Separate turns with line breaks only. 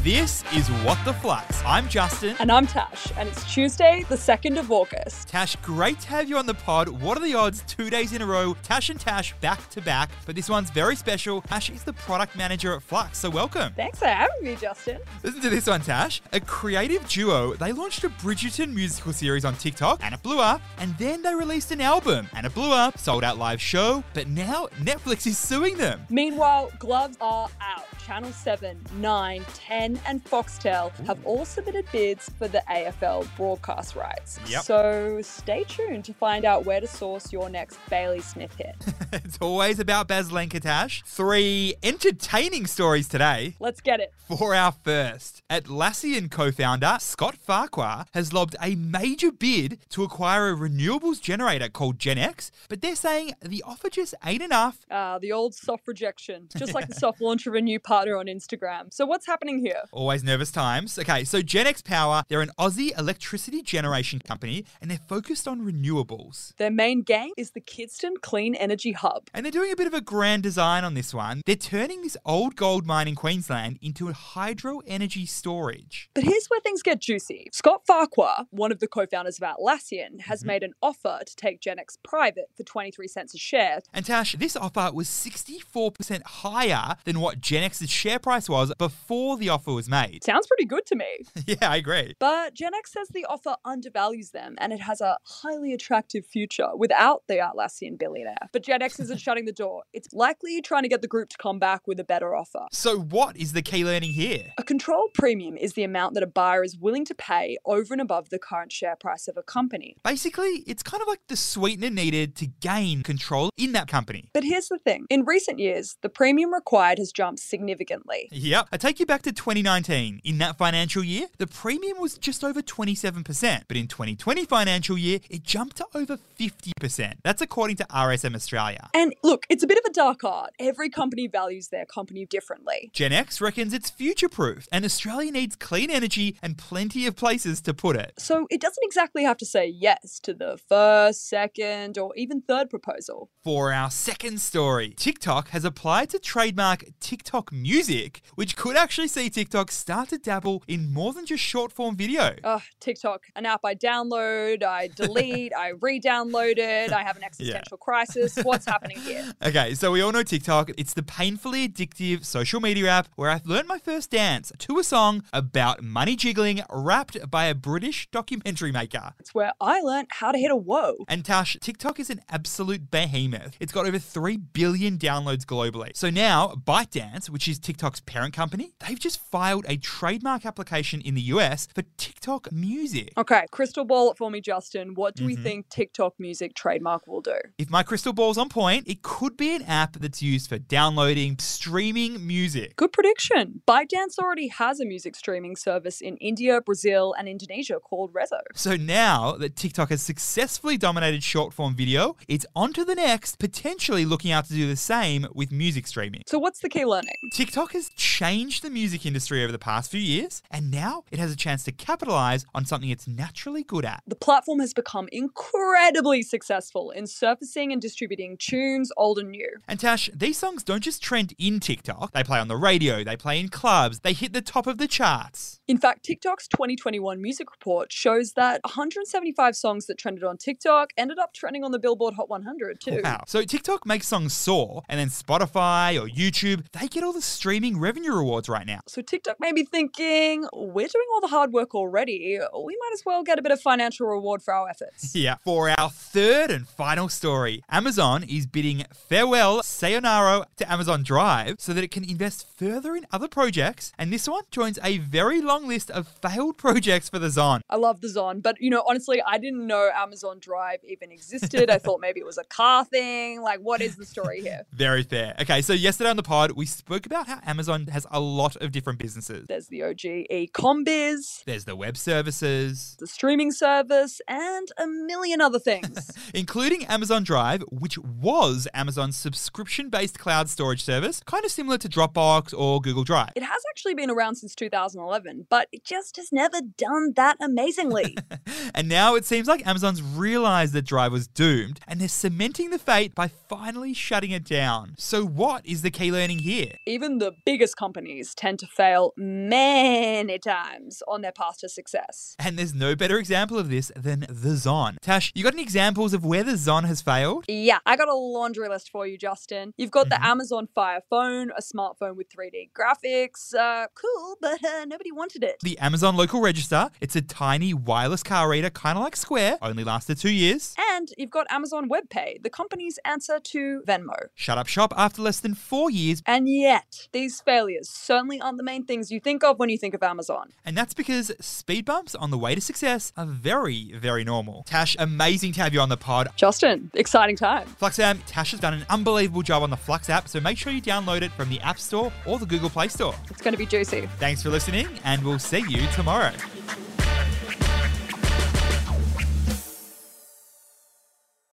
This is What the Flux. I'm Justin.
And I'm Tash, and it's Tuesday, the 2nd of August.
Tash, great to have you on the pod. What are the odds? Two days in a row, Tash and Tash back to back. But this one's very special. Tash is the product manager at Flux, so welcome.
Thanks for having me, Justin.
Listen to this one, Tash. A creative duo, they launched a Bridgerton musical series on TikTok, and it blew up. And then they released an album, and it blew up, sold out live show. But now Netflix is suing them.
Meanwhile, gloves are out. Channel 7, 9, 10, and Foxtel have all submitted bids for the AFL broadcast rights.
Yep.
So stay tuned to find out where to source your next Bailey Smith hit.
it's always about Baz Lenka, Tash. Three entertaining stories today.
Let's get it.
For our first, Atlassian co founder Scott Farquhar has lobbed a major bid to acquire a renewables generator called GenX, but they're saying the offer just ain't enough.
Uh, the old soft rejection, just like the soft launch of a new partner on Instagram. So what's happening here?
Always nervous times. Okay, so GenX Power, they're an Aussie electricity generation company and they're focused on renewables.
Their main game is the Kidston Clean Energy Hub.
And they're doing a bit of a grand design on this one. They're turning this old gold mine in Queensland into a hydro energy storage.
But here's where things get juicy. Scott Farquhar, one of the co founders of Atlassian, has made an offer to take GenX private for 23 cents a share.
And Tash, this offer was 64% higher than what GenX's share price was before the offer was made.
Sounds pretty good to me.
yeah, I agree.
But GenX says the offer undervalues them and it has a highly attractive future without the Atlassian billionaire. But GenX isn't shutting the door. It's likely trying to get the group to come back with a better offer.
So, what is the key learning here?
A control premium is the amount that a buyer is willing to pay over and above the current share price of a company.
Basically, it's kind of like the sweetener needed to gain control in that company.
But here's the thing in recent years, the premium required has jumped significantly.
Yep. I take you back to 2019. In that financial year, the premium was just over 27%, but in 2020 financial year, it jumped to over 50%. That's according to RSM Australia.
And look, it's a bit of a dark art. Every company values their company differently.
Gen X reckons it's future proof, and Australia needs clean energy and plenty of places to put it.
So it doesn't exactly have to say yes to the first, second, or even third proposal.
For our second story, TikTok has applied to trademark TikTok Music, which could actually see TikTok start to dabble in more than just short form video.
Ugh, TikTok, an app I download, I delete, I re download it, I have an existential crisis. What's happening here?
Okay, so we all know TikTok. It's the painfully addictive social media app where I've learned my first dance to a song about money jiggling rapped by a British documentary maker.
It's where I learnt how to hit a whoa.
And Tash, TikTok is an absolute behemoth. It's got over 3 billion downloads globally. So now, ByteDance, which is TikTok's parent company, they've just filed a trademark application in the US for TikTok music.
Okay, crystal ball it for me, Justin. What do we think TikTok music trademark will do?
If my crystal ball's on point, it could be an app that's used for downloading, streaming music.
Good prediction. ByteDance already has a music streaming service in India, Brazil, and Indonesia called Rezo.
So now that TikTok has successfully dominated short form video, it's on to the next, potentially looking out to do the same with music streaming.
So, what's the key learning?
TikTok has changed the music industry over the past few years, and now it has a chance to capitalize on something it's naturally good at.
The platform has become incredibly successful in surfacing and distributing tunes old and new.
And Tash, these songs don't just trend in TikTok. They play on the radio, they play in clubs, they hit the top of the charts.
In fact, TikTok's 2021 music report shows that 175 songs that trended on TikTok ended up trending on the Billboard Hot 100 too.
Wow. So TikTok makes songs soar, and then Spotify or YouTube, they get all the streaming revenue rewards right now.
So TikTok may be thinking, we're doing all the hard work already. We might as well get a bit of financial reward for our efforts.
Yeah. For our third and final story, Amazon is bidding farewell, sayonara to Amazon Drive so that it can invest further in other projects. And this one joins a very long list of failed projects for the Zon.
I love the Zon, but you know, honestly, I didn't know Amazon Drive even existed. I thought maybe it was a car thing. Like, what is the story here?
Very fair. Okay, so yesterday on the pod, we spoke about how Amazon has a lot of different businesses.
There's the OGE Combiz,
There's the web services,
the streaming service, and a million other things.
including Amazon Drive, which was Amazon's subscription based cloud storage service, kind of similar to Dropbox or Google Drive.
it has actually been around since 2011, but it just has never done that amazingly.
And now it seems like Amazon's realized that Drive was doomed and they're cementing the fate by finally shutting it down. So, what is the key learning here?
Even the biggest companies tend to fail fail many times on their path to success.
And there's no better example of this than the Zon. Tash, you got any examples of where the Zon has failed?
Yeah, I got a laundry list for you, Justin. You've got the Amazon Fire phone, a smartphone with 3D graphics. Uh, cool, but uh, nobody wanted it.
The Amazon Local Register. It's a tiny wireless car reader, kind of like Square, only lasted two years.
And you've got Amazon WebPay, the company's answer to Venmo.
Shut up shop after less than four years,
And yet, these failures certainly aren't the main things you think of when you think of Amazon.
and that's because speed bumps on the way to success are very, very normal. Tash, amazing to have you on the pod.
Justin, exciting time.
Flux app, Tash has done an unbelievable job on the Flux app, so make sure you download it from the App Store or the Google Play Store.
It's going to be juicy.
Thanks for listening, and we'll see you tomorrow.